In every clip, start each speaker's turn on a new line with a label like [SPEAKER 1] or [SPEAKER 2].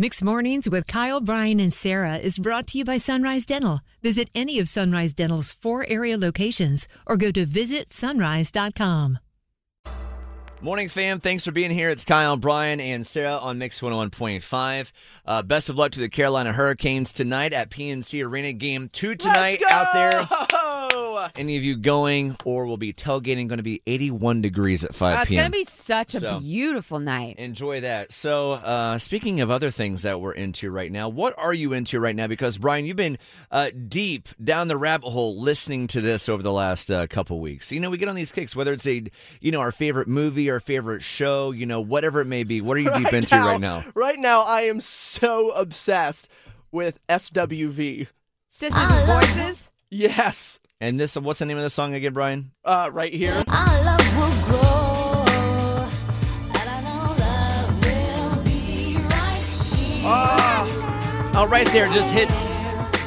[SPEAKER 1] Mixed Mornings with Kyle, Brian, and Sarah is brought to you by Sunrise Dental. Visit any of Sunrise Dental's four area locations or go to visitsunrise.com.
[SPEAKER 2] Morning, fam. Thanks for being here. It's Kyle, Brian, and Sarah on Mix 101.5. Uh, best of luck to the Carolina Hurricanes tonight at PNC Arena Game 2 tonight out there.
[SPEAKER 3] there.
[SPEAKER 2] Any of you going or will be tailgating going to be 81 degrees at 5
[SPEAKER 4] Oh, it's
[SPEAKER 2] p.m.
[SPEAKER 4] gonna be such a
[SPEAKER 2] So-
[SPEAKER 4] beautiful night.
[SPEAKER 2] Enjoy that. So, uh, speaking of other things that we're into right now, what are you into right now? Because, Brian, you've been uh, deep down the rabbit hole listening to this over the last uh, couple weeks. You know, we get on these kicks, whether it's a, you know, our favorite movie, our favorite show, you know, whatever it may be. What are you deep into right now?
[SPEAKER 3] Right now, I am so obsessed with SWV.
[SPEAKER 4] Sisters and voices.
[SPEAKER 3] Yes,
[SPEAKER 2] And this, what's the name of the song again, Brian?
[SPEAKER 3] uh, right here.
[SPEAKER 5] Our love will grow, and I know love will be right here.
[SPEAKER 2] Oh, right there, just hits,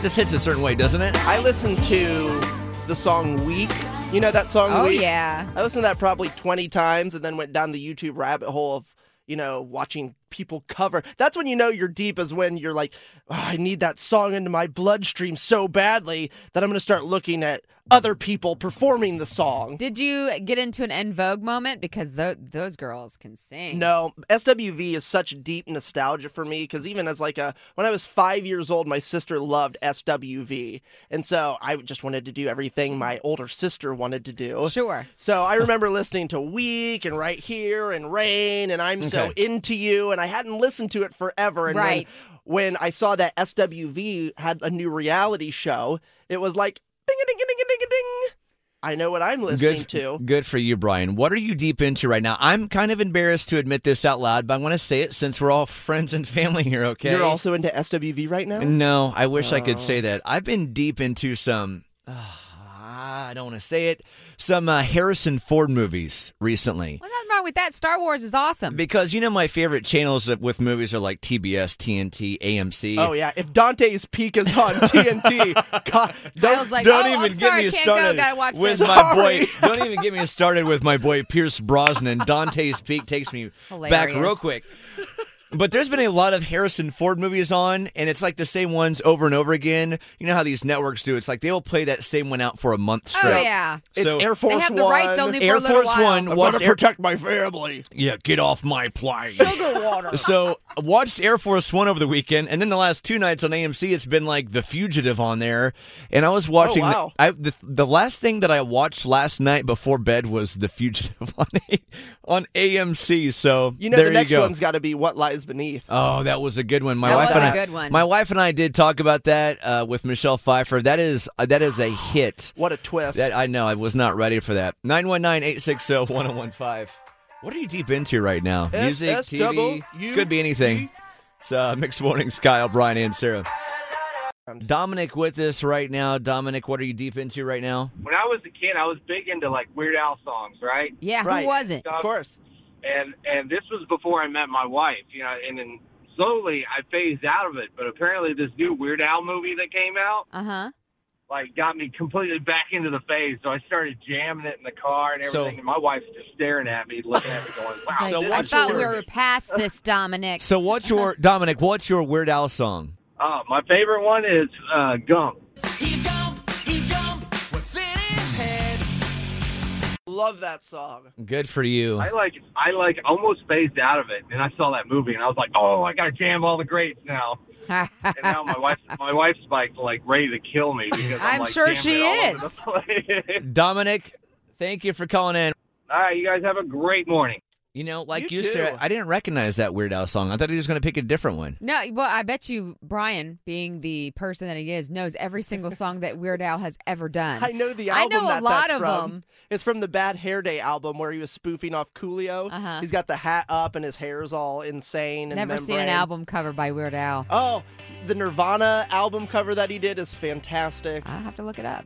[SPEAKER 2] just hits a certain way, doesn't it?
[SPEAKER 3] I listened to the song Week. You know that song
[SPEAKER 4] Oh
[SPEAKER 3] Week?
[SPEAKER 4] yeah.
[SPEAKER 3] I listened to that probably 20 times and then went down the YouTube rabbit hole of, you know, watching people cover. That's when you know you're deep, is when you're like, "Oh, I need that song into my bloodstream so badly that I'm going to start looking at other people performing the song.
[SPEAKER 4] Did you get into an En Vogue moment because tho- those girls can sing?
[SPEAKER 3] No, SWV is such deep nostalgia for me because even as like a when I was five years old, my sister loved SWV, and so I just wanted to do everything my older sister wanted to do.
[SPEAKER 4] Sure.
[SPEAKER 3] So I remember listening to Week and Right Here and Rain and I'm So
[SPEAKER 2] Okay.
[SPEAKER 3] Into You, and I hadn't listened to it forever. And when-
[SPEAKER 4] Right.
[SPEAKER 3] when, I saw that SWV had a new reality show, it was like ding a ding a ding a ding a ding. I know what I'm listening
[SPEAKER 2] good,
[SPEAKER 3] to.
[SPEAKER 2] Good for you, Brian. What are you deep into right now? I'm kind of embarrassed to admit this out loud, but I want to say it since we're all friends and family here, okay?
[SPEAKER 3] You're also into SWV right now.
[SPEAKER 2] No, I wish I could say that. I've been deep into some. ah, I don't want to say it. Some uh, Harrison Ford movies recently.
[SPEAKER 4] Well, nothing wrong with that. Star Wars is awesome.
[SPEAKER 2] Because you know my favorite channels with movies are like TBS, TNT, AMC.
[SPEAKER 3] Oh yeah, if Dante's Peak is on TNT, God,
[SPEAKER 4] Kyle's
[SPEAKER 3] don't,
[SPEAKER 4] like,
[SPEAKER 2] don't
[SPEAKER 4] oh,
[SPEAKER 2] even
[SPEAKER 4] I'm
[SPEAKER 2] get
[SPEAKER 4] sorry,
[SPEAKER 2] me
[SPEAKER 4] can't
[SPEAKER 2] started
[SPEAKER 4] Go, gotta watch
[SPEAKER 2] with
[SPEAKER 4] this.
[SPEAKER 2] my boy.
[SPEAKER 3] Sorry.
[SPEAKER 2] Don't even get me started with my boy Pierce Brosnan. Dante's Peak takes me back
[SPEAKER 4] Hilarious.
[SPEAKER 2] real quick. But there's been a lot of Harrison Ford movies on, and it's like the same ones over and over again. You know how these networks do? It's like they will play that same one out for a month straight.
[SPEAKER 4] oh yeah.
[SPEAKER 3] it's
[SPEAKER 2] So-
[SPEAKER 3] Air Force
[SPEAKER 4] they have the
[SPEAKER 3] One.
[SPEAKER 4] rights only for
[SPEAKER 2] Air
[SPEAKER 4] a little
[SPEAKER 2] Force
[SPEAKER 4] while.
[SPEAKER 2] One.
[SPEAKER 3] I
[SPEAKER 2] Watch
[SPEAKER 3] want to
[SPEAKER 2] Air-
[SPEAKER 3] protect my family.
[SPEAKER 2] Yeah, get off my plane.
[SPEAKER 4] Sugar water.
[SPEAKER 2] so watched Air Force One over the weekend, and then the last two nights on AMC, it's been like The Fugitive on there. And I was watching.
[SPEAKER 3] Oh, wow.
[SPEAKER 2] the, I, the the last thing that I watched last night before bed was The Fugitive on A, on AMC. So
[SPEAKER 3] You know
[SPEAKER 2] there
[SPEAKER 3] the next
[SPEAKER 2] you go.
[SPEAKER 3] one's got to be What Lies Beneath.
[SPEAKER 2] Oh, that was a good one. My
[SPEAKER 4] That
[SPEAKER 2] wife
[SPEAKER 4] was
[SPEAKER 2] and
[SPEAKER 4] a
[SPEAKER 2] I,
[SPEAKER 4] good one.
[SPEAKER 2] My wife and I did talk about that uh, with Michelle Pfeiffer. That is uh, that is a hit.
[SPEAKER 3] What a twist!
[SPEAKER 2] That I know I was not ready for that. oh, 919-860-1015. What are you deep into right now? Music, TV,
[SPEAKER 3] SSWU.
[SPEAKER 2] could be anything. It's uh, mixed mornings. Kyle, Brian, and Sarah. Dominic with us right now. Dominic, what are you deep into right now?
[SPEAKER 6] when I was a kid, I was big into like Weird Al songs, right?
[SPEAKER 4] yeah.
[SPEAKER 3] Right.
[SPEAKER 4] Who was it?
[SPEAKER 3] of course.
[SPEAKER 6] And and this was before I met my wife, you know. And then slowly I phased out of it, but apparently this new Weird Al movie that came out
[SPEAKER 4] Uh huh.
[SPEAKER 6] like got me completely back into the phase. So I started jamming it in the car and
[SPEAKER 2] So-
[SPEAKER 6] everything. and my wife's just staring at me, looking at me, going, "Wow."
[SPEAKER 2] So
[SPEAKER 6] this
[SPEAKER 4] I
[SPEAKER 2] what's
[SPEAKER 6] is
[SPEAKER 4] thought we
[SPEAKER 6] weird."
[SPEAKER 4] were past this, Dominic.
[SPEAKER 2] So what's your Dominic? What's your Weird Al song?
[SPEAKER 6] Oh, my favorite one is uh, Gump.
[SPEAKER 3] Love that song.
[SPEAKER 2] Good for you.
[SPEAKER 6] I like I like almost phased out of it, and I saw that movie, and I was like, "Oh, I gotta jam all the greats now." and now my wife, my wife's like like ready to kill me because I'm,
[SPEAKER 4] I'm
[SPEAKER 6] like,
[SPEAKER 4] sure
[SPEAKER 6] damn
[SPEAKER 4] she
[SPEAKER 6] it, all over
[SPEAKER 4] is.
[SPEAKER 6] the place.
[SPEAKER 2] Dominic, thank you for calling in.
[SPEAKER 6] all right, you guys have a great morning.
[SPEAKER 2] You know, like you,
[SPEAKER 3] You
[SPEAKER 2] Sarah,
[SPEAKER 3] too.
[SPEAKER 2] I didn't recognize that Weird Al song. I thought he was going to pick a different one.
[SPEAKER 4] No, well, I bet you Brian, being the person that he is, knows every single song that Weird Al has ever done.
[SPEAKER 3] I know the
[SPEAKER 4] I
[SPEAKER 3] album.
[SPEAKER 4] know a
[SPEAKER 3] that
[SPEAKER 4] lot
[SPEAKER 3] that's
[SPEAKER 4] of
[SPEAKER 3] from.
[SPEAKER 4] them.
[SPEAKER 3] It's from the Bad Hair Day album where he was spoofing off Coolio.
[SPEAKER 4] Uh-huh.
[SPEAKER 3] He's got the hat up and his hair's all insane. And
[SPEAKER 4] Never seen an
[SPEAKER 3] membrane.
[SPEAKER 4] album cover by Weird Al.
[SPEAKER 3] Oh, the Nirvana album cover that he did is fantastic.
[SPEAKER 4] I'll have to look it up.